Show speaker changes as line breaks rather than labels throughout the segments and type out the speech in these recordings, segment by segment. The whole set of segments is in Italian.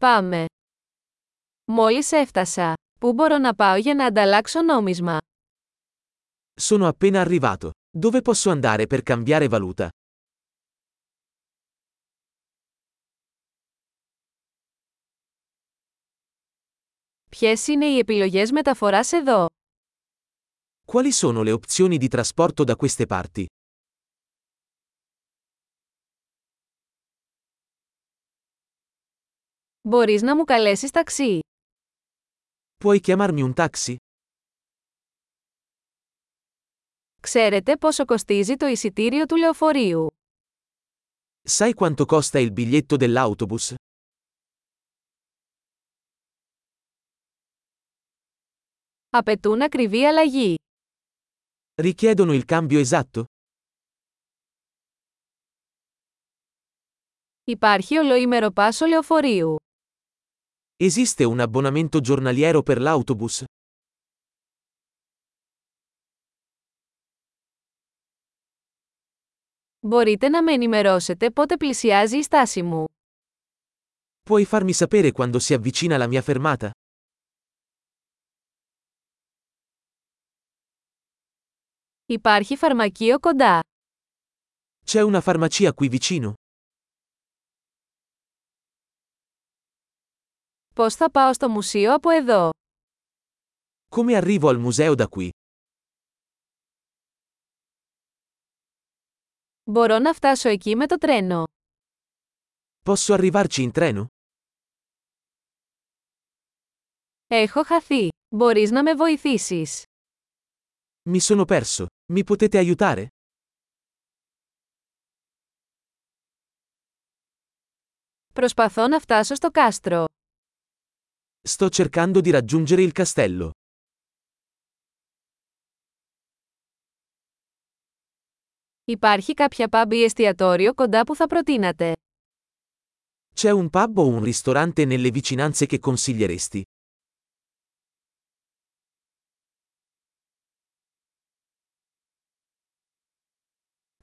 Πάμε. Μόλις έφτασα. Πού μπορώ να πάω για να ανταλλάξω νόμισμα.
Sono appena arrivato. Dove posso andare per cambiare valuta?
Ποιες είναι οι επιλογές μεταφοράς εδώ.
Quali sono le opzioni di trasporto da queste parti?
Μπορείς να μου καλέσεις ταξί.
Puoi chiamarmi un taxi?
Ξέρετε πόσο κοστίζει το εισιτήριο του λεωφορείου.
Sai quanto costa il biglietto dell'autobus?
Απαιτούν ακριβή αλλαγή.
Richiedono il cambio esatto?
Υπάρχει ολοήμερο πάσο λεωφορείου.
Esiste un abbonamento giornaliero per l'autobus?
Μπορείτε να με ενημερώσετε πότε πλησιάζει η στάση μου.
Puoi farmi sapere quando si avvicina la mia fermata?
Υπάρχει φαρμακείο κοντά.
C'è una farmacia qui vicino.
Πώς θα πάω στο μουσείο από εδώ.
Come arrivo al museo da qui?
Μπορώ να φτάσω εκεί με το τρένο.
Posso arrivarci in treno?
Έχω χαθεί. Μπορείς να με βοηθήσεις.
Mi sono perso. Mi potete aiutare?
Προσπαθώ να φτάσω στο κάστρο.
Sto cercando di raggiungere il castello.
Υπάρχει κάποια pub ή εστιατόριο κοντά που θα προτείνατε.
C'è un pub o un ristorante nelle vicinanze che consiglieresti?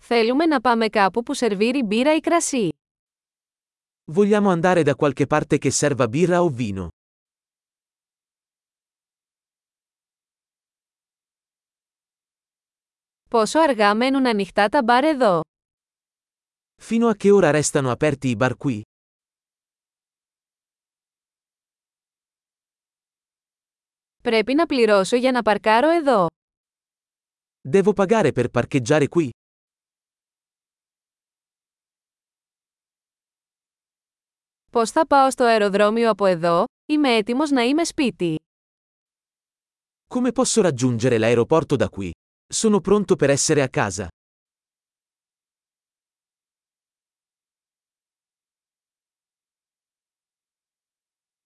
Θέλουμε να πάμε κάπου που σερβίρει μπύρα ή κρασί.
Vogliamo andare da qualche parte che serva birra o vino?
Πόσο αργά μένουν ανοιχτά τα μπαρ εδώ.
Fino a che ora restano aperti i bar qui?
Πρέπει να πληρώσω για να παρκάρω εδώ.
Devo pagare per parcheggiare qui?
Πώς θα πάω στο αεροδρόμιο από εδώ, είμαι έτοιμος να είμαι σπίτι.
Come posso raggiungere l'aeroporto da qui? Sono pronto per essere a casa.